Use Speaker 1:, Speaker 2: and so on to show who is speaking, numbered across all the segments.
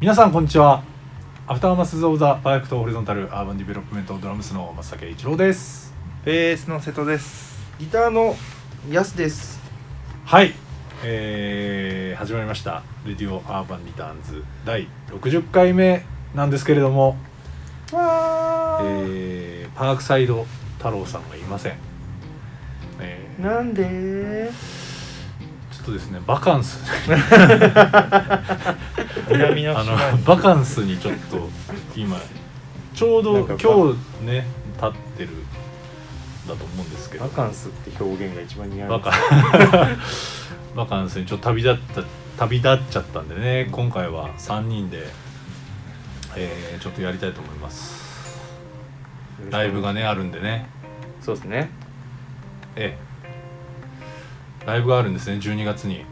Speaker 1: 皆さんこんにちはアフターマスズ・オブ・ザ・バイクとホリゾンタルアーバンディベロップメントドラムスの松崎一郎です
Speaker 2: ベースの瀬戸です
Speaker 3: ギターのヤスです。
Speaker 1: はい、えー、始まりました「レディオ・アーバン・リターンズ」第60回目なんですけれども、えー、パークサイド太郎さんがいません、えー
Speaker 3: なんで？
Speaker 1: ちょっとですねバカンス
Speaker 2: 南の
Speaker 1: あ
Speaker 2: 島
Speaker 1: のバカンスにちょっと今ちょうど
Speaker 2: なんかバ
Speaker 1: 今日ね立ってるだと思うんですけど
Speaker 2: バカンスって表現が一番似合う
Speaker 1: バカ バカンスにちょっと旅立った旅立っちゃったんでね今回は3人で、えーちょっとやりたいと思いますライブがねあるんでね
Speaker 2: そうですね
Speaker 1: ええライブがあるんですね12月に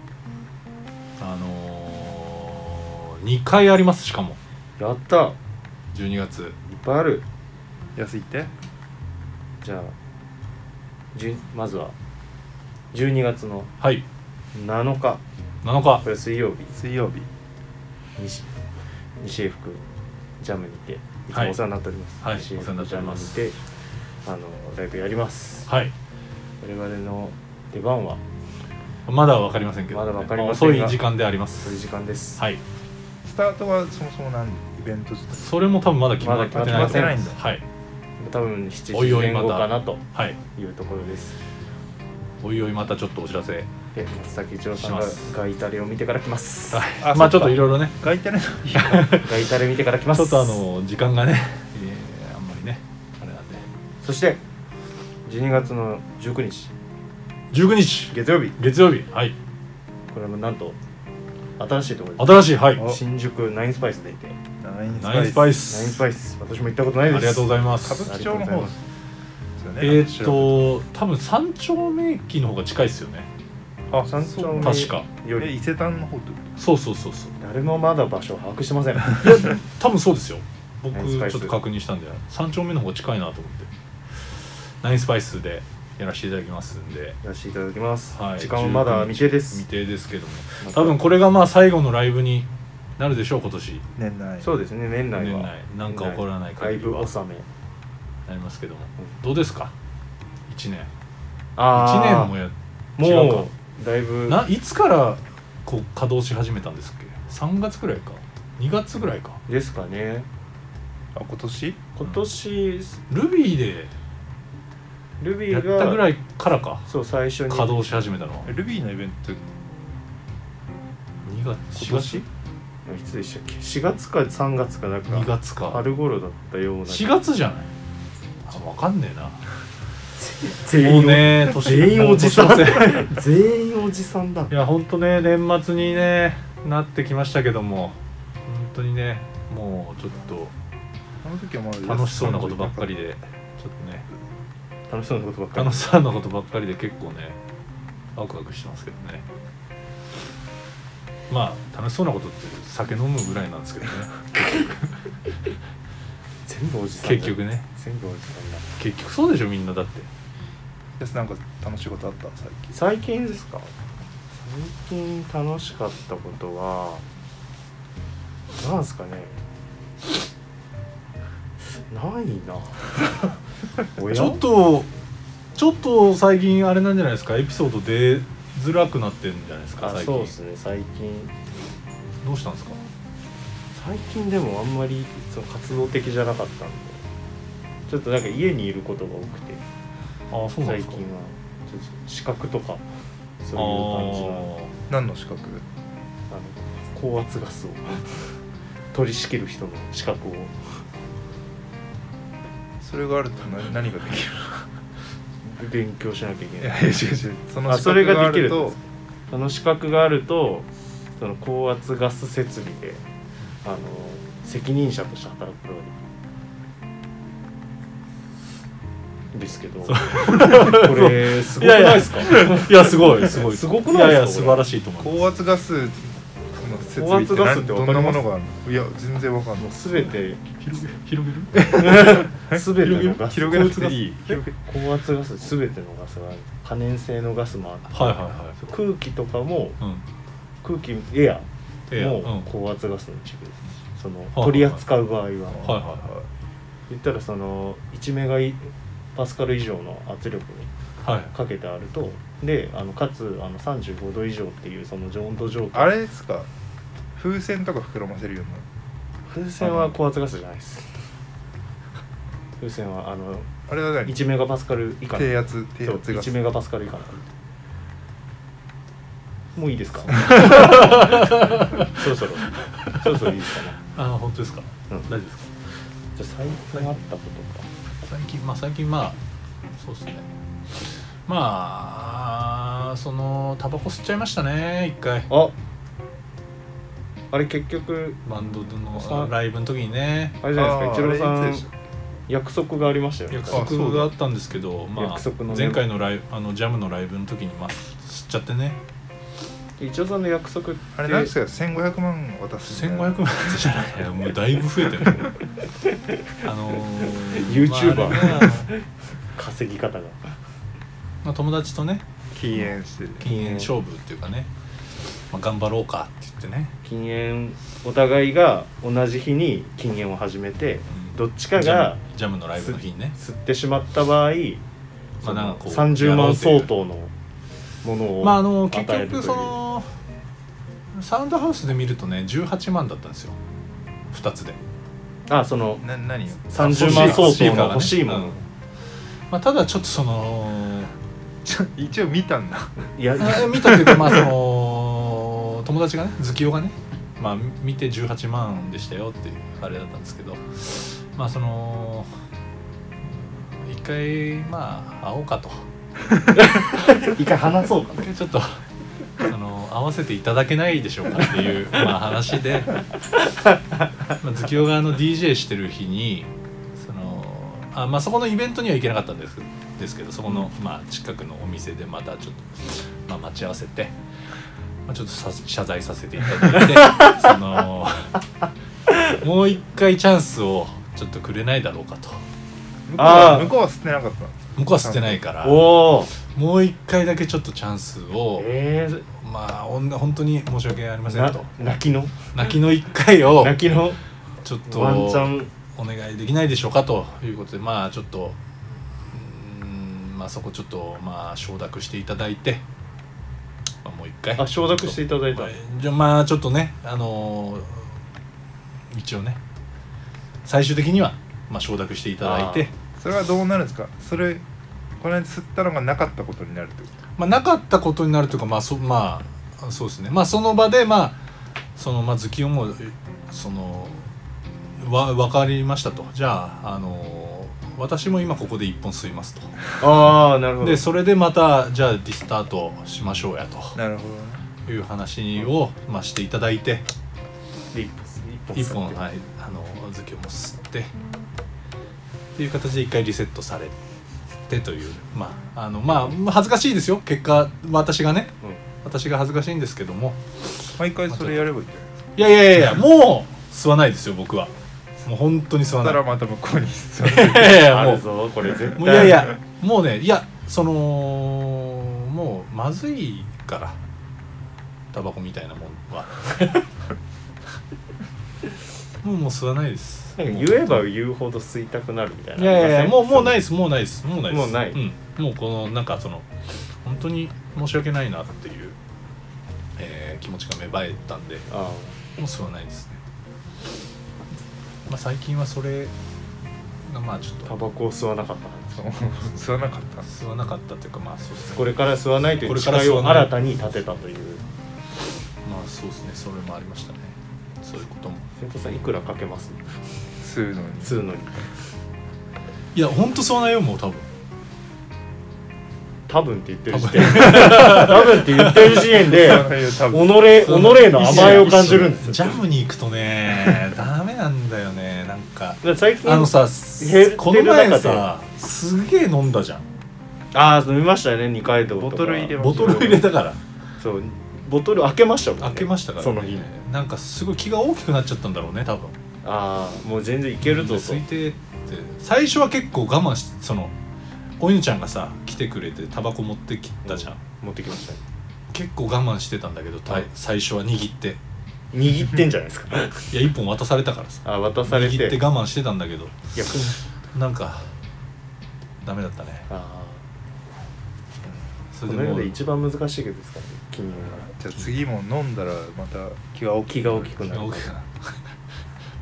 Speaker 1: あのー、2回ありますしかも
Speaker 3: やった。いっ
Speaker 1: 12月
Speaker 3: ぱいある。
Speaker 2: 安いって
Speaker 3: じゃあ、じゅまずは12月の
Speaker 1: はい
Speaker 3: 7日、
Speaker 1: 7日
Speaker 3: これ水曜日、
Speaker 2: 水曜日
Speaker 3: 西西福ジャムにて、いつ
Speaker 1: はい
Speaker 3: もお世話になっております。
Speaker 1: はい
Speaker 3: 西
Speaker 1: お世話になっ
Speaker 3: 福
Speaker 1: ており
Speaker 3: ジャム
Speaker 1: ま
Speaker 3: に
Speaker 1: す
Speaker 3: て、あのライブやります。
Speaker 1: はい
Speaker 3: 我々の出番は
Speaker 1: まだわかりませんけど、
Speaker 3: まだわかりません
Speaker 1: 遅
Speaker 3: が
Speaker 1: い時間でありま
Speaker 3: そういう
Speaker 1: す
Speaker 3: 時間です。
Speaker 1: はい
Speaker 2: スタートはそもそも何イベント自体
Speaker 1: それも多分まだ決まってない
Speaker 3: まだ決まってない
Speaker 2: んだ
Speaker 1: はい
Speaker 3: 多分7
Speaker 1: おい
Speaker 3: 時
Speaker 1: おい
Speaker 3: 前
Speaker 1: また
Speaker 3: 後かなと
Speaker 1: はい
Speaker 3: いうところです。
Speaker 1: おいおいまたちょっとお知らせ
Speaker 3: で松崎一郎さ
Speaker 1: し
Speaker 3: んが
Speaker 1: ます
Speaker 3: ガイタレを見てから来ます。
Speaker 2: あ
Speaker 1: まあちょ
Speaker 2: そっか
Speaker 1: っといろいろね
Speaker 2: 書いてないのに
Speaker 3: ガイタレ見てから来ま
Speaker 1: ち
Speaker 3: す。
Speaker 1: ょっとあの時間がね、えーあんまりねあれなんで
Speaker 3: そして12月の19日
Speaker 1: 19日
Speaker 3: 月曜日
Speaker 1: 月曜日はい
Speaker 3: これもなんと新しいところで
Speaker 1: 新しいはい
Speaker 2: お
Speaker 3: す新宿ナインスパイスでいてナイ
Speaker 2: ナインス
Speaker 1: ナインスパイス
Speaker 3: ンスパイス私も行ったことないです
Speaker 1: ありがとうございま
Speaker 2: 歌
Speaker 1: す
Speaker 2: 舞伎町の方ですよね
Speaker 1: えーっと多分三丁目駅の方が近いですよね
Speaker 2: あ
Speaker 3: 山頂
Speaker 2: そう
Speaker 1: 確か
Speaker 3: よ
Speaker 2: え
Speaker 3: り
Speaker 2: 伊勢丹の方ってこ
Speaker 1: そうそうそうそう
Speaker 3: 誰もまだ場所を把握して ません
Speaker 1: 多分そうですよ僕
Speaker 3: ナインスパイス
Speaker 1: ちょっと確認したんで三丁目の方が近いなと思ってナインスパイスでやらせていただきますんで
Speaker 3: やらせていただきます、
Speaker 1: はい
Speaker 3: 時間はまだ未定で
Speaker 1: 未
Speaker 3: す
Speaker 1: 定ですけども
Speaker 3: また
Speaker 1: 多分これがまあ最後のライブになるでしょう今年
Speaker 2: と年内
Speaker 3: そうですね年内
Speaker 1: 年
Speaker 3: は
Speaker 1: 内なんか起こらない
Speaker 3: ライ
Speaker 1: 限り
Speaker 3: ブ
Speaker 1: は
Speaker 3: 納め
Speaker 1: なりますけどもどうですか1年1
Speaker 3: あ
Speaker 1: 年もや違う
Speaker 3: もうだいぶ
Speaker 1: ないつからこう稼働し始めたんですっけ3月ぐらいか2月ぐらいか
Speaker 3: ですかね
Speaker 2: あ今年
Speaker 3: 今年
Speaker 1: ルビーで
Speaker 3: ルビ
Speaker 1: やっ
Speaker 3: ーが
Speaker 1: たぐらいからか
Speaker 3: そう最初に
Speaker 1: 稼働し始めたのは
Speaker 2: えルビーのイベント
Speaker 1: 2月4月
Speaker 3: いつでしたっけ4月か3月かなんか
Speaker 1: 2月か
Speaker 3: 春頃だったような
Speaker 1: 4月じゃないあ分かんねえな
Speaker 3: 全
Speaker 1: もう
Speaker 3: 員
Speaker 1: ね
Speaker 3: お
Speaker 1: 年
Speaker 3: 全員おじさん
Speaker 1: もう年のせい
Speaker 3: 全員おじさんだ
Speaker 1: いや本当ね年末にねなってきましたけども本当にねもうちょっと
Speaker 2: あの時はまだ
Speaker 1: 楽しそうなことばっかりでちょっとね
Speaker 3: 楽しそうなことばっかり
Speaker 1: 楽しそうなことばっかりで結構ねワクワクしてますけどねまあ楽しそうなことって酒飲むぐらいなんですけどね
Speaker 3: 全部おじさんだ
Speaker 1: 結局ね
Speaker 3: 全部おじさんだ
Speaker 1: 結局そうでしょみんなだって
Speaker 2: やつなんか楽しいことあった最近
Speaker 3: 最近ですか最近楽しかったことはなんですかねないな おや
Speaker 1: ちょっとちょっと最近あれなんじゃないですかエピソード出づらくなってるんじゃないですか
Speaker 3: あ
Speaker 1: 最
Speaker 3: そう
Speaker 1: 近
Speaker 3: ですね最近
Speaker 1: どうしたんですか
Speaker 3: 最近でもあんまりその活動的じゃなかったんでちょっとなんか家にいることが多くて
Speaker 1: あそうなんで
Speaker 3: 最
Speaker 1: すか
Speaker 3: 近はちょっと資格とかそういう感じの
Speaker 1: あ
Speaker 2: 何の資格
Speaker 3: あの高圧ガスを取り仕切る人の資格を
Speaker 2: それがあると何何ができる
Speaker 3: 勉強しなきゃいけ
Speaker 2: いや
Speaker 3: ない
Speaker 2: いや違う違うその
Speaker 3: あ
Speaker 2: 資
Speaker 3: それ
Speaker 2: 格
Speaker 3: が
Speaker 2: があ
Speaker 3: できる
Speaker 2: ると
Speaker 3: その資格があるとその高圧ガス設備であの責任者として働くことができるですけどこれすごくないですか
Speaker 1: ーいやすごいすごい
Speaker 3: すごくないですか
Speaker 1: いやいや
Speaker 3: これ
Speaker 1: 素晴らしいと思います
Speaker 2: 高圧ガスの設備っ
Speaker 3: 高圧
Speaker 2: て
Speaker 3: ガスって
Speaker 2: ど
Speaker 3: わ
Speaker 2: ん
Speaker 3: かり
Speaker 2: な
Speaker 3: ま
Speaker 2: も
Speaker 3: す
Speaker 2: のがあるのいや全然わかんない
Speaker 3: もう全て
Speaker 1: 広げ広げる
Speaker 3: 全てのガス
Speaker 2: 広げなくていい
Speaker 3: 高圧ガス全てのガスがある可燃性のガスもあって
Speaker 1: はいはいはい
Speaker 3: 空気とかも
Speaker 1: うん
Speaker 3: 空気エア
Speaker 1: ええ
Speaker 3: も
Speaker 1: う
Speaker 3: 高圧ガスの一部ですしその
Speaker 1: いはい
Speaker 3: 取り扱う場合は、
Speaker 1: はいは
Speaker 3: 言ったらその1メガパスカル以上の圧力を
Speaker 1: いはい
Speaker 3: かけてあるとであのかつあの35度以上っていうその温度条件
Speaker 2: あれですか風船とか膨らませるような
Speaker 3: 風船は高圧ガスじゃないです風船はあの
Speaker 2: あれは何
Speaker 3: 1メガパスカル以下
Speaker 2: 低圧低
Speaker 3: そう
Speaker 2: 圧が
Speaker 3: 1メガパスカル以下もういい ですかそろそろそろそろいいですかね
Speaker 1: あー本当ですか、
Speaker 3: うん
Speaker 1: 大丈夫ですか
Speaker 3: じゃあ最近あったことか
Speaker 1: 最近まあ最近まあそうですねまあそのタバコ吸っちゃいましたね一回
Speaker 3: ああれ結局
Speaker 1: バンドの
Speaker 3: さ
Speaker 1: ライブの時にね
Speaker 3: あれじゃない
Speaker 2: あ
Speaker 3: で
Speaker 2: ー
Speaker 3: すか一郎
Speaker 2: あ
Speaker 3: さ
Speaker 2: れ
Speaker 3: ん
Speaker 2: いつでした
Speaker 3: 約束がありましたよね
Speaker 1: 約束があったんですけど、まあ
Speaker 3: 約束の、ね
Speaker 1: 前回のライブあのジャムのライブの時にまあ吸っちゃってね
Speaker 3: 一郎さんの約束って
Speaker 2: あれ何ですか1500万渡す
Speaker 1: 1500万じゃないもうだいぶ増えてるあのー
Speaker 3: YouTuber
Speaker 1: まああれが
Speaker 3: 稼ぎ方が
Speaker 1: まあ、友達とね
Speaker 2: 禁煙して
Speaker 1: 禁煙勝負っていうかね、まあ、頑張ろうかって言ってね
Speaker 3: 禁煙お互いが同じ日に禁煙を始めて
Speaker 1: うん
Speaker 3: どっちかが
Speaker 1: ジャムジャムのライブの日にね
Speaker 3: 吸ってしまった場合、
Speaker 1: まあなんかこう
Speaker 3: 30万相当のものを
Speaker 1: まああの
Speaker 3: 与
Speaker 1: 結
Speaker 3: えるという、
Speaker 1: 局そのサウンドハウスで見るとね18万だったんですよ2つで、
Speaker 3: あその
Speaker 2: な何よ
Speaker 3: 30万相当の欲しいもの、
Speaker 1: まあ、ただちょっとその
Speaker 2: 一応見たんだ
Speaker 3: いや
Speaker 1: あ見たというかまあその友達がね月夜がねまあ見て18万でしたよっていうあれだったんですけどまあその一回まあ会おうかと
Speaker 3: 一回話そう か
Speaker 1: 一回ちょっとあの会わせていただけないでしょうかっていう、まあ、話で、まあ、月夜側の DJ してる日にそのあ、まあ、そこのイベントには行けなかったんですですけどそこの、まあ、近くのお店でまたちょっと、まあ、待ち合わせて、まあ、ちょっとさ謝罪させていただいて そのもう一回チャンスをちょっとくれないだろうかと
Speaker 2: 向こう
Speaker 3: あ
Speaker 2: は
Speaker 3: ー
Speaker 2: 向こうは吸ってなかっ
Speaker 1: 向こうは捨てないから
Speaker 3: おお
Speaker 1: もう一回だけちょっとチャンスを。
Speaker 3: えー
Speaker 1: まあ女本当に申し訳ありません
Speaker 3: な
Speaker 1: と
Speaker 3: 泣きの
Speaker 1: 泣きの一回を
Speaker 3: 泣きの
Speaker 1: ちょっと
Speaker 3: ワンチャ
Speaker 1: お
Speaker 3: ン
Speaker 1: 願いできないでしょうかということでまあちょっとうーんまあそこちょっとまあ承諾していただいて、まあ、もう一回
Speaker 3: あ承諾していただいた、
Speaker 1: まあじゃあまあちょっとねあのー一応ね最終的には、まあ、承諾していただいて
Speaker 2: たそれはどうなるんですかそれこの間吸ったのがなかったことになるってこ
Speaker 1: まあ、なかったことになるというかまあそ,、まあ、そうですねまあその場でまあそのまあ月夜もえそのわ分かりましたとじゃああの私も今ここで一本吸いますと
Speaker 3: ああなるほど
Speaker 1: でそれでまたじゃあディスタートしましょうや
Speaker 2: となるほどね
Speaker 1: という話を、まあ、していただいて
Speaker 3: で一本
Speaker 1: 一本
Speaker 3: 吸って
Speaker 1: はいあの月夜も吸ってっていう形で一回リセットされてというまああのまあ恥ずかしいですよ結果私がね私が恥ずかしいんですけども
Speaker 2: 毎回それやればいいじゃない
Speaker 1: いやいやいやいやもう吸わないですよ僕はもう本当に吸
Speaker 2: そ
Speaker 1: わ
Speaker 2: し
Speaker 1: な
Speaker 2: た
Speaker 1: い
Speaker 2: らまた向こうに吸って
Speaker 1: いやいやい
Speaker 3: うん、
Speaker 1: や
Speaker 3: あ
Speaker 1: も
Speaker 3: る
Speaker 1: う
Speaker 3: ぞこれ絶対
Speaker 1: もういやいやもうねいやそのもうまずいからタバコみたいなもん はもうもう吸わないです
Speaker 3: なんか言えば言うほど吸いたくなるみたいない
Speaker 1: やいやいやもうもうない
Speaker 3: い
Speaker 1: ですもうないですもうないです
Speaker 3: もうない
Speaker 1: うん、もうこのなんかその本当に申し訳ないなっていう、えー気持ちが芽生えたんで
Speaker 3: あ
Speaker 1: もう吸わないですね、まあ、最近はそれがまあちょっ
Speaker 3: ータ
Speaker 1: と
Speaker 3: バコを吸わなかったんです
Speaker 2: そう吸わなかった
Speaker 1: 吸わなかったというかまあそうですね
Speaker 3: これから吸わないとい
Speaker 1: こ
Speaker 3: う
Speaker 1: れから
Speaker 3: 誓い
Speaker 1: 吸わ
Speaker 3: を
Speaker 1: ない
Speaker 3: 新たに立てたという
Speaker 1: まあそうですねそれもありましたねそういうことも
Speaker 3: 瀬戸さんいくらかけます
Speaker 2: 吸うのに
Speaker 3: 吸うのに
Speaker 1: いやほんと吸わないよもう多分
Speaker 3: 多分って言ってる時点で 多分って言ってる時点で
Speaker 2: 吸わないよ多
Speaker 3: 己
Speaker 2: 分
Speaker 3: 己の甘えを感じるんですよ
Speaker 1: ジャムに行くと ねダメなんだよねなんか
Speaker 3: だから最近
Speaker 1: あのさ
Speaker 3: 減ってる中で
Speaker 1: この前さすげえ飲んだじゃん
Speaker 3: ああ飲みましたね二階堂とか
Speaker 2: ボトル入れま
Speaker 1: ボトル入れたから
Speaker 3: そうボトル開けましたもんね
Speaker 1: 開けましたから、
Speaker 3: その日に
Speaker 1: なんかすごい気が大きくなっちゃったんだろうね多分
Speaker 3: ああもう全然いけるぞと
Speaker 1: 推定って最初は結構我慢しそのおゆちゃんがさ来てくれてタバコ持ってきたじゃん、
Speaker 3: 持ってきましたね
Speaker 1: 結構我慢してたんだけど、たい
Speaker 3: うん
Speaker 1: 最初は握って
Speaker 3: 握ってんじゃないです か
Speaker 1: いや一本渡されたからさ
Speaker 3: あ渡されて
Speaker 1: 握って我慢してたんだけど
Speaker 3: 逆に
Speaker 1: なんかダメだったね
Speaker 3: あ
Speaker 1: そ
Speaker 3: ー
Speaker 1: れ
Speaker 3: こ
Speaker 1: で
Speaker 3: の
Speaker 1: もう
Speaker 3: 世で一番難しい曲ですからね金融は
Speaker 2: じゃあ次も飲んだらまた気が大き
Speaker 3: 気が大きくなる
Speaker 1: 大きくな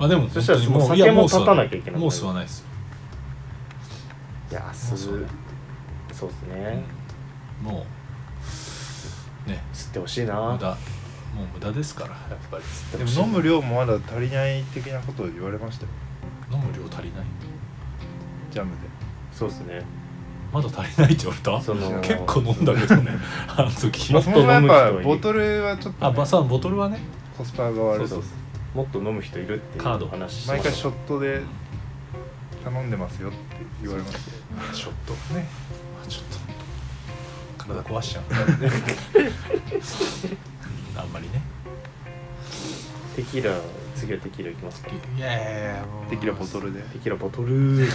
Speaker 1: まあでも
Speaker 3: そしたら
Speaker 1: 本当に
Speaker 3: その
Speaker 1: いや
Speaker 3: 酒も
Speaker 1: う吸わ
Speaker 3: 立たなきゃいけない
Speaker 1: もう吸わないですよ
Speaker 3: いやす
Speaker 1: そうね
Speaker 3: そうですね
Speaker 1: もうね
Speaker 3: 吸ってほしい
Speaker 1: 無
Speaker 3: な
Speaker 1: 駄もう無駄ですからやっぱり
Speaker 2: でも飲む量もまだ足りない的なことを言われましたよ
Speaker 1: 飲む量足りない
Speaker 2: ジャムで
Speaker 3: そうですね
Speaker 1: まだ足りないって言われた
Speaker 3: その
Speaker 1: 結構飲んだけど ねあの時
Speaker 3: も
Speaker 2: ま
Speaker 3: っと飲む
Speaker 2: あそもそ
Speaker 3: 人
Speaker 2: も
Speaker 3: はい
Speaker 2: や
Speaker 3: る
Speaker 2: っぱボトルはちょっと、
Speaker 1: あ
Speaker 2: ね、
Speaker 1: ばさんボトルはね
Speaker 2: コスパが悪い
Speaker 3: そう
Speaker 2: と
Speaker 3: そうもっと飲む人いるっていう
Speaker 1: カード
Speaker 3: 話してま
Speaker 2: 毎
Speaker 3: した
Speaker 2: 回ショットで頼んでますよって言われましたよ
Speaker 1: ちょっとね、まあ、ちょっと体壊しちゃう あんまりね
Speaker 3: テキーラ次はテキーラいきますか
Speaker 1: いやいやいやもう
Speaker 2: テキーラボトルで
Speaker 3: テキーラボトル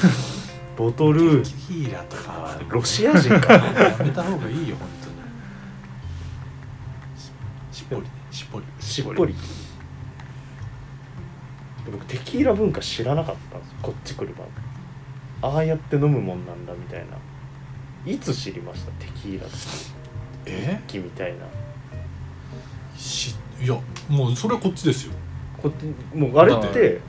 Speaker 3: ボトル
Speaker 1: テキーラとかは
Speaker 3: ロシア人か
Speaker 1: やめた方がいいよ本当にししっぽりねしっぽり
Speaker 3: しっぽり僕テキーラ文化知らなかったんですよこっち来るまでああやって飲むもんなんだみたいないつ知りましたテキーラって
Speaker 1: え
Speaker 3: 木みたいな
Speaker 1: しいやもうそれはこっちですよ、
Speaker 3: こっちもうあれっ
Speaker 1: だってて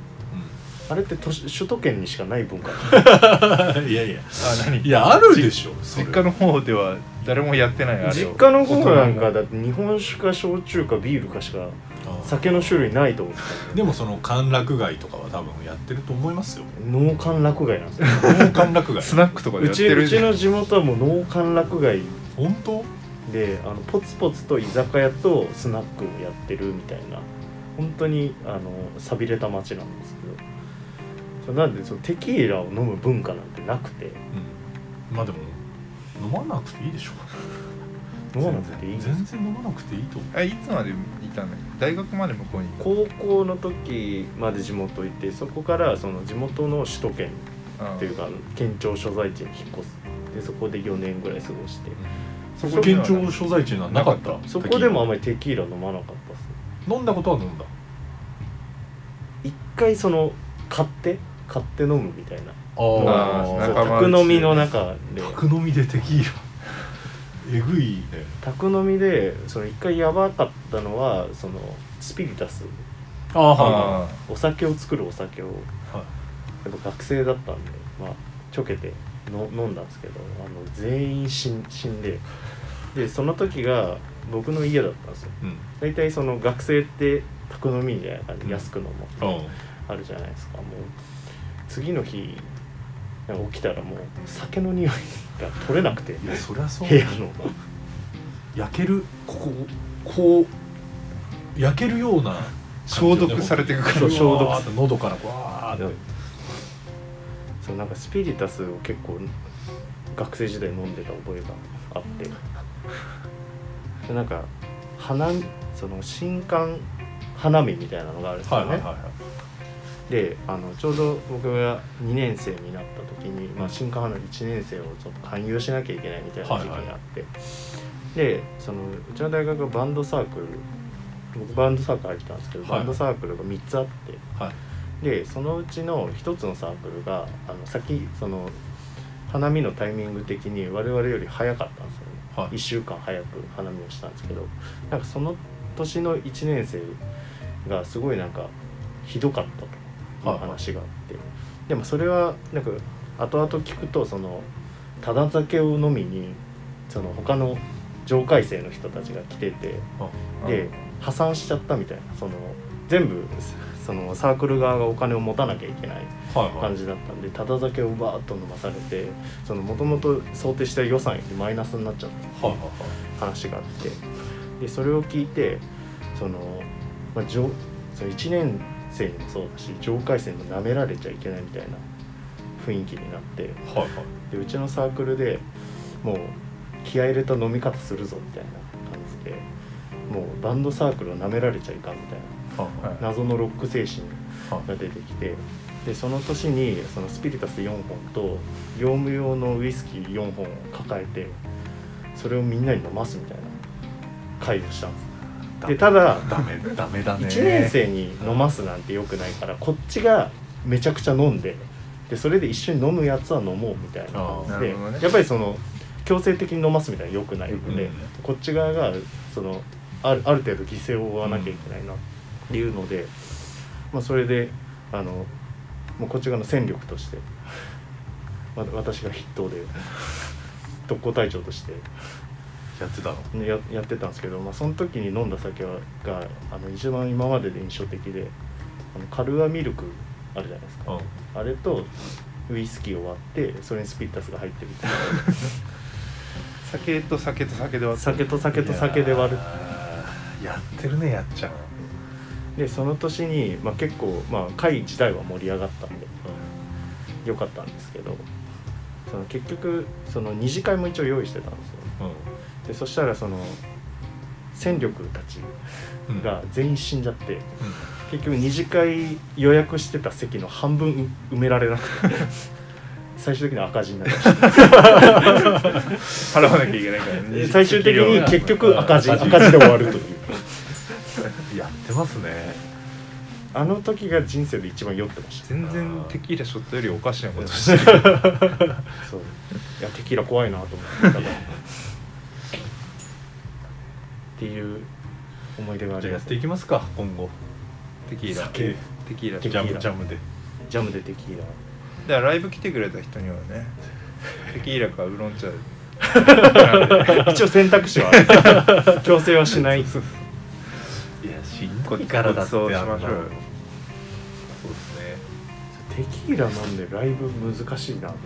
Speaker 3: あれって都市首都圏にしかない文化
Speaker 1: いやいや
Speaker 2: あ何
Speaker 1: いやあるでしょそ
Speaker 2: 実
Speaker 1: れ
Speaker 2: 家の方では誰もやってないあれ
Speaker 3: 実
Speaker 2: を
Speaker 3: 家の方なんか
Speaker 2: 大人も
Speaker 3: だって日本酒か焼酎かビールかしか
Speaker 1: ああ
Speaker 3: 酒の種類ないと思ってたんで
Speaker 1: でもその歓楽街とかは多分やってると思いますよ
Speaker 3: 農閑落外なんです よ
Speaker 1: 農歓楽街
Speaker 2: スナックとかで
Speaker 3: う
Speaker 2: やっ
Speaker 3: ち
Speaker 2: てる
Speaker 3: うちの地元はもう農閑落外
Speaker 1: 本当
Speaker 3: であのポツポツと居酒屋とスナックをやってるみたいな本当にあの寂れた街なんですけどそうなんでそのテキーラを飲む文化なんてなくて
Speaker 1: うんまあでも飲まなくていいでしょ
Speaker 3: 飲まなくていいんです
Speaker 1: 全然飲まなくていいと思
Speaker 2: あいつまでいたの大学まで向こうに
Speaker 3: 高校の時まで地元行ってそこからその地元の首都圏
Speaker 2: あ
Speaker 3: というかあの県庁所在地に引っ越すでそこで4年ぐらい過ごして
Speaker 2: そうこ
Speaker 1: 県
Speaker 2: 現
Speaker 1: 庁
Speaker 2: 状
Speaker 1: 所在地にはなかった
Speaker 3: そこでもあん
Speaker 1: ま
Speaker 3: まりテキーラ飲まなかったっす
Speaker 1: 飲んだことは飲んだ
Speaker 3: 一回その買って買って飲むみたいな
Speaker 2: あー
Speaker 3: そう
Speaker 2: 仲間内
Speaker 3: 宅飲みの中で
Speaker 1: 宅飲みでテキーラ えぐいね
Speaker 3: 宅飲みでその一回やばかったのはそのスピリタス
Speaker 1: ああは
Speaker 2: あ
Speaker 3: お酒を作るお酒をやっぱ学生だったんでまあちょけての飲んだんですけどあの全員死ん死んででその時が僕の家だったんですよ
Speaker 1: いうん
Speaker 3: 大体その学生って宅飲みみたいな感じ
Speaker 1: うん
Speaker 3: 安く飲む
Speaker 1: あ
Speaker 3: あるじゃないですかもう次の日なんか起きたらもう酒の匂いが取れなくて
Speaker 1: いやそりゃそう
Speaker 3: 部屋の
Speaker 1: 焼けるこここう焼けるような
Speaker 2: 消毒されてくから
Speaker 3: そう消毒
Speaker 1: わーって喉からわーって
Speaker 3: そうなんかスピリタスを結構学生時代飲んでた覚えがあってでなんか花見その新刊花見みたいなのがあるんですよ
Speaker 1: はい
Speaker 3: ね、
Speaker 1: はいはいはい
Speaker 3: であのちょうど僕が2年生になった時に、まあ、新刊花の1年生をちょっと勧誘しなきゃいけないみたいな時期があって、でそのうちの大学がバンドサークル僕バンドサークル入ってたんですけど、
Speaker 1: はい
Speaker 3: バンドサークルが3つあって
Speaker 1: はい
Speaker 3: でそのうちの1つのサークルがあの先その花見のタイミング的に我々より早かったんですよね
Speaker 1: はい
Speaker 3: 1週間早く花見をしたんですけどなんかその年の1年生がすごいなんかひどかったという話があって、でもそれはなんか後々聞くとそのただ酒を飲みにその他の上階生の人たちが来てて
Speaker 2: あ
Speaker 3: で破産しちゃったみたいなその全部そのサークル側がお金を持たなきゃいけない
Speaker 1: はいはい
Speaker 3: 感じだったんでただ酒をバーッと飲まされてもともと想定した予算よりマイナスになっちゃった
Speaker 1: はいはい
Speaker 3: 話があってでそれを聞いてその、まあ、上その1年生にもそうだし上階生にも舐められちゃいけないみたいな雰囲気になって
Speaker 1: はいはいはい
Speaker 3: でうちのサークルでもう気合い入れた飲み方するぞみたいな感じでもうバンドサークルを舐められちゃいかんみたい
Speaker 1: はい
Speaker 3: な謎のロック精神
Speaker 1: はい
Speaker 3: が出てきてでその年にそのスピリタス4本と業務用のウイスキー4本を抱えてそれをみんなに飲ますみたいな会をしたんです
Speaker 1: ダメ
Speaker 3: でただ
Speaker 1: ダメダメだね
Speaker 3: 1年生に飲ますなんてよくないからこっちがめちゃくちゃ飲んででそれで一緒に飲むやつは飲もうみたいな
Speaker 1: あ
Speaker 3: 感じ
Speaker 2: ー
Speaker 3: で、
Speaker 2: なるほどね
Speaker 3: やっぱりその強制的に飲ますみたいなのよくないので、
Speaker 1: うん
Speaker 3: こっち側がそのあるある程度犠牲を負わなきゃいけないなっていうので、まあ、それであのもうこっち側の戦力としてわ私が筆頭で特攻隊長として。
Speaker 1: やってたの
Speaker 3: ねややってたんですけど、まあ、その時に飲んだ酒はがあの一番今までで印象的であのカルアミルクあるじゃないですか、あれとウイスキーを割ってそれにスピッタスが入ってるっていう
Speaker 2: 酒と酒と酒で割って
Speaker 3: 酒と酒と酒で割る
Speaker 1: いやーやってるねやっちゃん
Speaker 3: でその年に、まあ、結構、まあ、会自体は盛り上がったんで良かったんですけどその結局その二次会も一応用意してたんですよでそしたらその戦力たち
Speaker 1: うん
Speaker 3: が全員死んじゃって、結局二次会予約してた席の半分う埋められなく て最終的に赤字になりました
Speaker 2: 払わなきゃいけないから ね
Speaker 3: 最終的に結局赤字
Speaker 1: 赤
Speaker 3: 赤
Speaker 1: 字
Speaker 3: 字で終わるという
Speaker 1: うんやってますね
Speaker 3: あの時が人生で一番酔ってました
Speaker 2: 全然テキーラショットよりおかしなことしてる
Speaker 3: そういやテキーラ怖いなと思ってたからっていう思い出があ
Speaker 1: じ
Speaker 3: り
Speaker 1: ゃあや
Speaker 3: ま
Speaker 1: っ
Speaker 3: す
Speaker 1: ていきますか今後
Speaker 2: テキーラ
Speaker 3: 酒
Speaker 2: テキーラ
Speaker 3: テ
Speaker 1: ジ
Speaker 3: キーラ
Speaker 1: ャムジャムで
Speaker 3: ジャムでテキーラ
Speaker 2: だからライブ来てくれた人にはねテキーラかウーロン茶で
Speaker 3: 一応選択肢はあ る強制はしない
Speaker 2: そうそう
Speaker 1: いやしんどいからだって
Speaker 2: ごちそうし
Speaker 1: あんな
Speaker 2: ましょうよ
Speaker 1: そうですね
Speaker 3: テキーラ飲んでライブ難しいなと思っ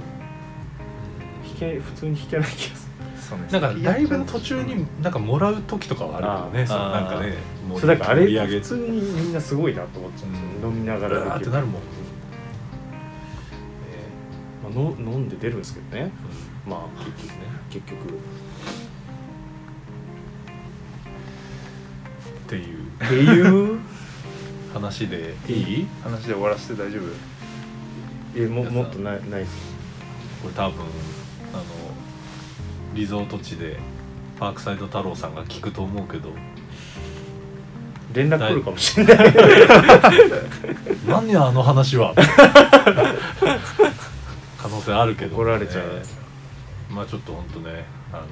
Speaker 3: て弾け普通に弾けない気がする
Speaker 2: そうね
Speaker 1: なんかライブの途中になんかもらう時とかはあるけど
Speaker 3: あ
Speaker 1: ねその
Speaker 3: ー
Speaker 1: なんかねも
Speaker 3: そうだからあれ
Speaker 1: 盛り上げ
Speaker 3: 普通にみんなすごいなと思っちゃうんですよ、飲みなが
Speaker 1: うわ
Speaker 3: ら
Speaker 1: ーって
Speaker 3: できる
Speaker 1: なるもん、
Speaker 3: まあ、の飲んで出るんですけどねまあ結局ね結 局
Speaker 1: っていう
Speaker 3: っていう
Speaker 1: 話でいい
Speaker 2: 話で終わらせて大丈夫
Speaker 3: えももっとないないです
Speaker 1: これ多分あのリゾート地でパークサイド太郎さんが聞くと思うけど
Speaker 3: 連絡来るかもしれない
Speaker 1: 「何やあの話は」可能性あるけど、
Speaker 3: 怒られちゃう
Speaker 1: まあちょっとほんとねあの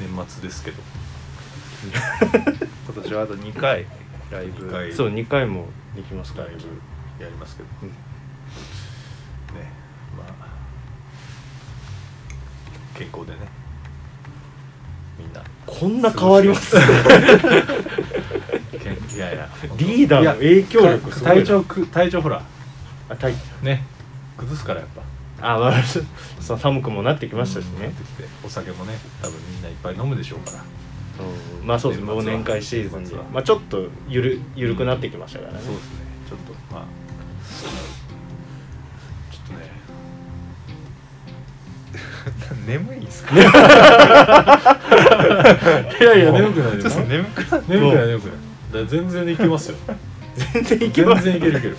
Speaker 1: 年末ですけど
Speaker 2: 今年はあと2回ライブ
Speaker 1: 二回
Speaker 3: そう2回もできますか
Speaker 1: ラ
Speaker 3: ら
Speaker 1: イブやりますけど、
Speaker 3: うん
Speaker 1: ねまあ健康でねみんな
Speaker 3: こんな変わります
Speaker 1: けんいやいや
Speaker 3: リーダーの影響力すごいな
Speaker 1: 体調く体調ほら
Speaker 3: あ体
Speaker 1: ね崩すからやっぱ
Speaker 3: あまあ そうそう寒くもなってきましたし
Speaker 1: なっ
Speaker 3: ね、
Speaker 1: てきてお酒もね多分みんないっぱい飲むでしょうから、
Speaker 3: うんまあそうですね忘年会シーズン
Speaker 1: 年
Speaker 3: で
Speaker 1: 末は
Speaker 3: まあちょっとゆる緩くなってきましたからね、
Speaker 1: そうですねちょっとまあちょっとね
Speaker 2: 眠いんすか
Speaker 1: いやいや眠くない
Speaker 2: ちょっと
Speaker 1: 眠
Speaker 2: 眠くなっ
Speaker 1: くない眠くないだから全然いけますよ
Speaker 3: 全然いけ
Speaker 1: 全
Speaker 3: ます
Speaker 1: 然いけるいける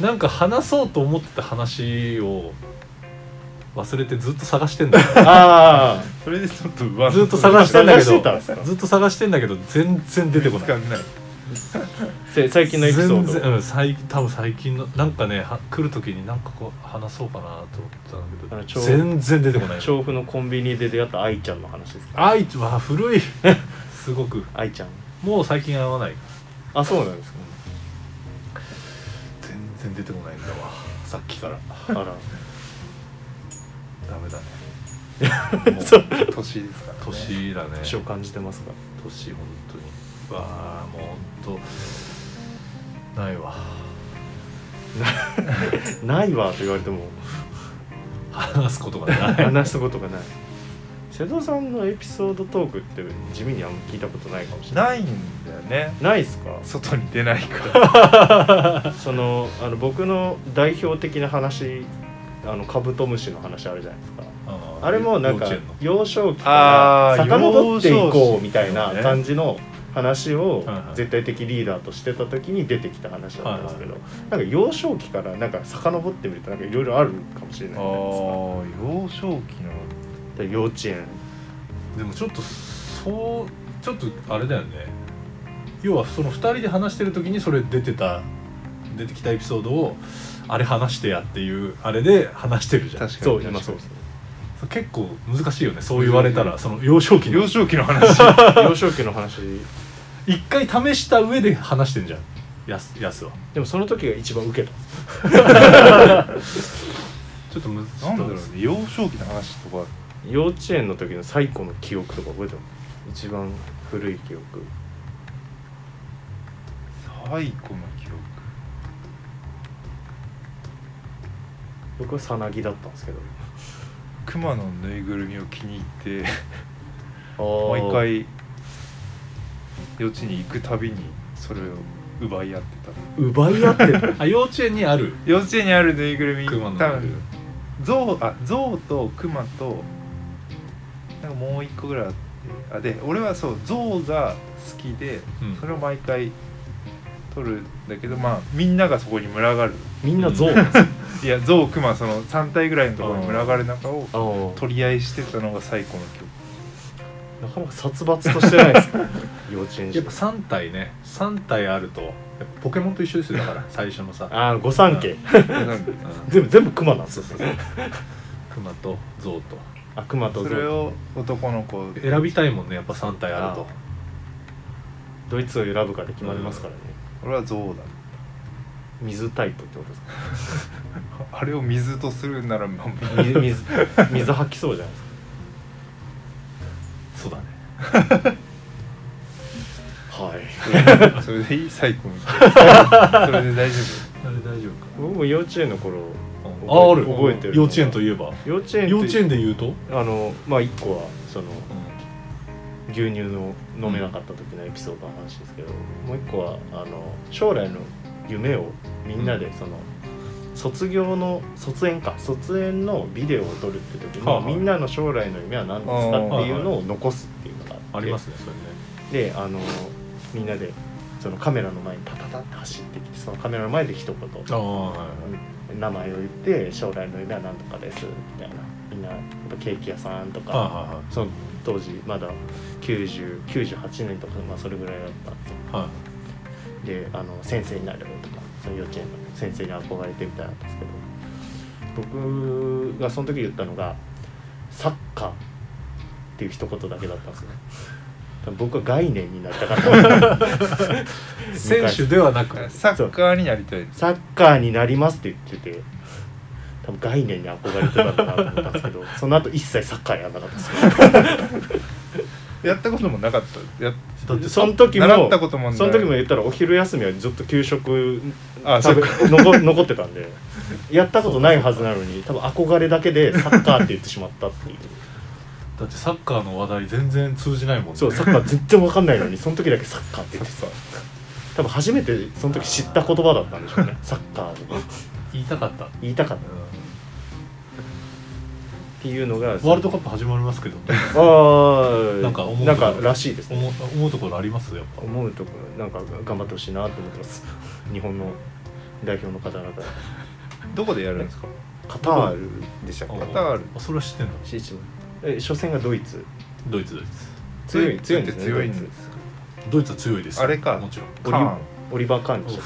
Speaker 1: なんか話そうと思ってた話を忘れてずっと探してんだよ
Speaker 3: ああ
Speaker 2: それでちょっと 上
Speaker 1: ずっと探してんだけ
Speaker 3: 探してたん
Speaker 1: ど
Speaker 3: ですか
Speaker 1: ずっと探してんだけど全然出てこな
Speaker 2: 見つ
Speaker 1: い
Speaker 2: かんない
Speaker 3: せ最近のエピソード
Speaker 1: 全然うん最多分最近のなんかねは来る時になんかこう話そうかなと思ってたん
Speaker 3: あ
Speaker 1: だ
Speaker 3: の
Speaker 1: け
Speaker 3: 超
Speaker 1: ど全然出てこない
Speaker 3: 調布のコンビニで出会った愛ちゃんの話ですか
Speaker 1: 愛知は古い すごく
Speaker 3: 愛ちゃん
Speaker 1: もう最近会わない
Speaker 3: あそうなんです
Speaker 1: 全然出てこないんだわさっきから
Speaker 3: かあら
Speaker 1: ダメだね
Speaker 3: そう
Speaker 2: 年ですからね
Speaker 1: 年だね
Speaker 3: 年を感じてますか
Speaker 1: 年本当にうわあもう本当ないわ
Speaker 3: ないわと言われても
Speaker 1: 話すことがない
Speaker 3: 話したことがない瀬戸さんのエピソードトークって地味にあんま聞いたことないかもしれない
Speaker 2: ないんだよね
Speaker 3: ないですか
Speaker 2: 外に出ないから
Speaker 3: そのあの僕の代表的な話あのカブトムシの話あるじゃないですか あれもなんか
Speaker 1: 幼稚園の
Speaker 3: 幼少期から
Speaker 2: あー
Speaker 3: 遡っていこ
Speaker 2: 幼少
Speaker 3: う
Speaker 2: 期
Speaker 3: みたいな感じの話を
Speaker 1: はいはい
Speaker 3: 絶対的リーダーとしてた時に出てきた話だったんですけど
Speaker 1: は
Speaker 3: なんか幼少期からなんか遡ってみるとなんかいろいろあるかもしれない
Speaker 2: あ
Speaker 3: じゃないですか
Speaker 2: 幼少期の
Speaker 3: で幼稚園
Speaker 1: でもちょっとそうちょっとあれだよね要はその2人で話してる時にそれ出てた出てきたエピソードをあれ話してやっていうあれで話してるじゃん
Speaker 2: 確かに
Speaker 3: そう今そう
Speaker 2: 確
Speaker 1: そう結構難しいよねそう言われたらその幼少期の
Speaker 2: 幼少期の話
Speaker 3: 幼少期の話
Speaker 1: 一回試した上で話してんじゃんやすやすは
Speaker 3: でもその時が一番受けた
Speaker 1: ちょっとむ
Speaker 2: なんだろう
Speaker 1: ち
Speaker 2: ね
Speaker 1: ょっ
Speaker 2: 幼少期の話とか
Speaker 3: 幼稚園の時の最古の記憶とか覚えてます一番古い記憶
Speaker 2: 最古の記憶
Speaker 3: 僕はさなぎだったんですけど
Speaker 2: 熊のぬいぐるみを気に入って
Speaker 3: 毎
Speaker 2: 毎回幼稚園に行くたびにそれを奪い合ってた
Speaker 3: 奪い合ってる
Speaker 1: とあ幼稚園にある
Speaker 2: 幼稚園にあるぬいぐるみ
Speaker 1: 熊の
Speaker 2: 多
Speaker 1: い
Speaker 2: 分象あ象と熊となんかもう一個ぐらいあってあで俺はそう象が好きで、
Speaker 1: うん
Speaker 2: それを毎回取るんだけどまあみんながそこに群がる
Speaker 3: みんなゾウなんですよ
Speaker 2: いや象熊その3体ぐらいのところに群がる中を
Speaker 3: あー
Speaker 2: 取り合いしてたのが最高の 記
Speaker 3: な
Speaker 2: 憶
Speaker 3: かなか殺伐としてないですか幼稚園
Speaker 1: や
Speaker 3: 児
Speaker 1: っぱ3体ね3体あるとやっぱポケモンと一緒ですよだ から最初のさ、
Speaker 3: ああ御三家
Speaker 2: なんか
Speaker 1: うん
Speaker 3: 全部全部熊なんですよ
Speaker 1: 熊と象と
Speaker 3: あ熊と
Speaker 2: そ
Speaker 3: ゾ
Speaker 2: れ
Speaker 3: ウ
Speaker 2: を男の子
Speaker 1: 選びたいもんねやっぱ3体あると
Speaker 3: ドイツを選ぶかで決まりますからね
Speaker 2: 俺は象だ
Speaker 3: 水タイプってことです か
Speaker 2: あれを水とするならまあ
Speaker 3: 水水水吐きそうじゃないです
Speaker 1: そうだね
Speaker 3: かはい
Speaker 2: それでいい最高の記憶それで大丈
Speaker 1: あれ大丈夫か
Speaker 3: 僕も幼稚園の頃
Speaker 1: あある
Speaker 3: 覚えてる
Speaker 1: 幼稚園といえば
Speaker 3: 幼稚園って
Speaker 1: 幼稚園で言うと、
Speaker 3: あのまあ一個はその牛乳の飲めなかった時のエピソードの話ですけど、もう一個はあの将来の夢をみんなでその、卒業の卒園か卒園のビデオを撮るって時に、
Speaker 1: はいはい
Speaker 3: みんなの将来の夢は何ですかっていうのを残すっていうのがあって、
Speaker 1: ありますねそれね
Speaker 3: であのみんなでそのカメラの前にパタパタって走ってきてそのカメラの前で一
Speaker 1: あ
Speaker 3: 言
Speaker 1: あはいはい
Speaker 3: 名前を言って将来の夢は何とかですみたいなみんなやっぱケーキ屋さんとか、
Speaker 1: は
Speaker 3: その当時まだ90 98年とか、まあ、それぐらいだったんで
Speaker 1: いはいはい
Speaker 3: であの先生になるとかその幼稚園の先生に憧れてみたいなんですけど僕がその時言ったのが「サッカー」っていう一言だけだったんですよ多分僕は概念になったから
Speaker 1: 選手ではなく
Speaker 2: 夫サッカーになりたい
Speaker 3: サッカーになりますって言ってて多分概念に憧れてたんだなと思ったんですけどその後一切サッカーやらなかったです
Speaker 2: やったこともなかったや
Speaker 1: だって
Speaker 3: そ
Speaker 1: そ
Speaker 3: の時も
Speaker 2: 習ったこともない
Speaker 3: その時も言ったらお昼休みはずっと給食
Speaker 2: あ
Speaker 3: 食べ
Speaker 2: そ
Speaker 3: 残残ってたんでやったことないはずなのに多分憧れだけでサッカーって言ってしまったっていう
Speaker 1: だってサッカーの話題全然通じないもんね
Speaker 3: そうサッカー全然わかんないのにその時だけサッカーって言って
Speaker 2: サ
Speaker 3: さ多分初めてその時知った言葉だったんでしょう ねサッカーとか
Speaker 1: 言いたかった、
Speaker 3: 言いたかったっていうのがワ
Speaker 1: ワールドカップ始まりますけど
Speaker 3: ああ
Speaker 1: なんか思う
Speaker 3: なんからしいですね
Speaker 1: 思う思うところありますやっぱ
Speaker 3: 思うところなんか頑張ってほしいなと思ってます日本の代表の方々
Speaker 2: どこでやるんですか
Speaker 3: カタールでしたっけ
Speaker 2: カタール
Speaker 1: あそれは知ってんの
Speaker 3: シーチもえ初戦がドイツ
Speaker 1: ドイツドイツ
Speaker 3: 強い強いん
Speaker 2: っ
Speaker 3: で
Speaker 2: て
Speaker 3: すね
Speaker 2: 強いん
Speaker 3: ドイ
Speaker 2: ですか
Speaker 1: ドイツは強いですよ
Speaker 2: あれか
Speaker 1: もちろん
Speaker 3: オ
Speaker 2: カ
Speaker 3: リ
Speaker 2: ーン
Speaker 3: オリバー・カーンでしたっ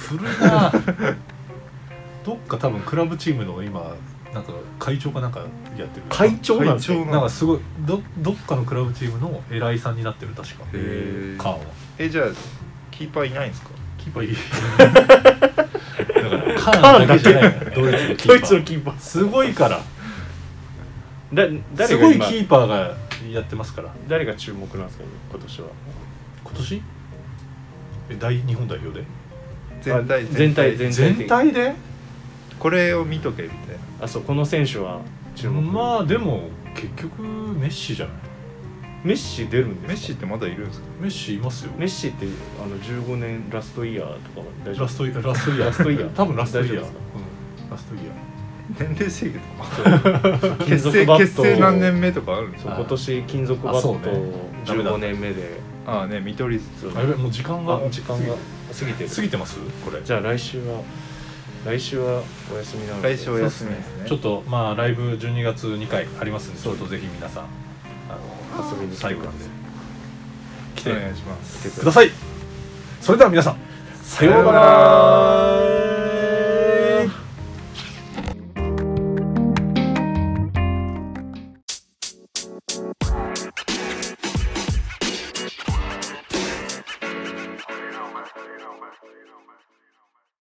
Speaker 1: 古いな どっか多分クラブチームの今なんか会長かなんかやってる
Speaker 3: け会長なんです
Speaker 2: 会長
Speaker 3: ね
Speaker 1: なんかすごいどどっかのクラブチームの偉いさんになってる確か
Speaker 2: へー
Speaker 1: カーンは
Speaker 2: えじゃあキーパーいないんですか
Speaker 1: キーパーいいだからカーンだけじゃないのドイツのキーパー
Speaker 3: ドイツのキーパー
Speaker 1: すごいから
Speaker 3: だ
Speaker 1: す
Speaker 3: 誰
Speaker 1: ご
Speaker 3: が
Speaker 1: いキー
Speaker 3: 今
Speaker 1: パーがやってますから
Speaker 3: 誰が注目なんですかね今年は
Speaker 1: 今年え大日本代表で
Speaker 2: 全体
Speaker 3: あ全体全体的
Speaker 1: 全体で
Speaker 2: これを見とけみたいな
Speaker 3: あそうこの選手は注目
Speaker 1: まあでも結局メッシじゃない
Speaker 3: メッシ出るんですか
Speaker 2: メッシってまだいるんですか
Speaker 1: メッシいますよ
Speaker 3: メッシってあの15年ラストイヤーとか大丈夫
Speaker 1: ラストイヤーラストイヤー
Speaker 3: ラストイヤー
Speaker 1: 多分ラストイヤ
Speaker 3: 大
Speaker 1: ー、
Speaker 3: 丈
Speaker 1: う
Speaker 3: 夫
Speaker 1: ん
Speaker 3: ですか、
Speaker 1: ラストイヤー
Speaker 2: 年齢制限とか
Speaker 3: 金
Speaker 2: 結
Speaker 3: 属
Speaker 2: 成
Speaker 3: バット
Speaker 2: 結成何年目とかあるんです
Speaker 3: そう
Speaker 2: か
Speaker 1: あー
Speaker 3: 今年金属バ
Speaker 1: あ
Speaker 3: ッ
Speaker 1: そ
Speaker 3: ト
Speaker 1: うねダメだ
Speaker 3: 15年目で
Speaker 2: ああね見取り図
Speaker 1: あやべもう時間が
Speaker 3: あ時間が過ぎてる
Speaker 1: 過ぎてますこれ
Speaker 3: じゃあ来週は来週はお休みなので
Speaker 2: 来週お休みですね
Speaker 1: ちょっとまあライブ12月2回ありますんでちょっとぜひ皆さんあの
Speaker 3: 遊びに来て
Speaker 1: 最
Speaker 3: く
Speaker 1: 後
Speaker 3: だ
Speaker 1: なんで
Speaker 3: さい
Speaker 1: 来てして
Speaker 2: お願いします
Speaker 1: くださいそれでは皆さんさようなら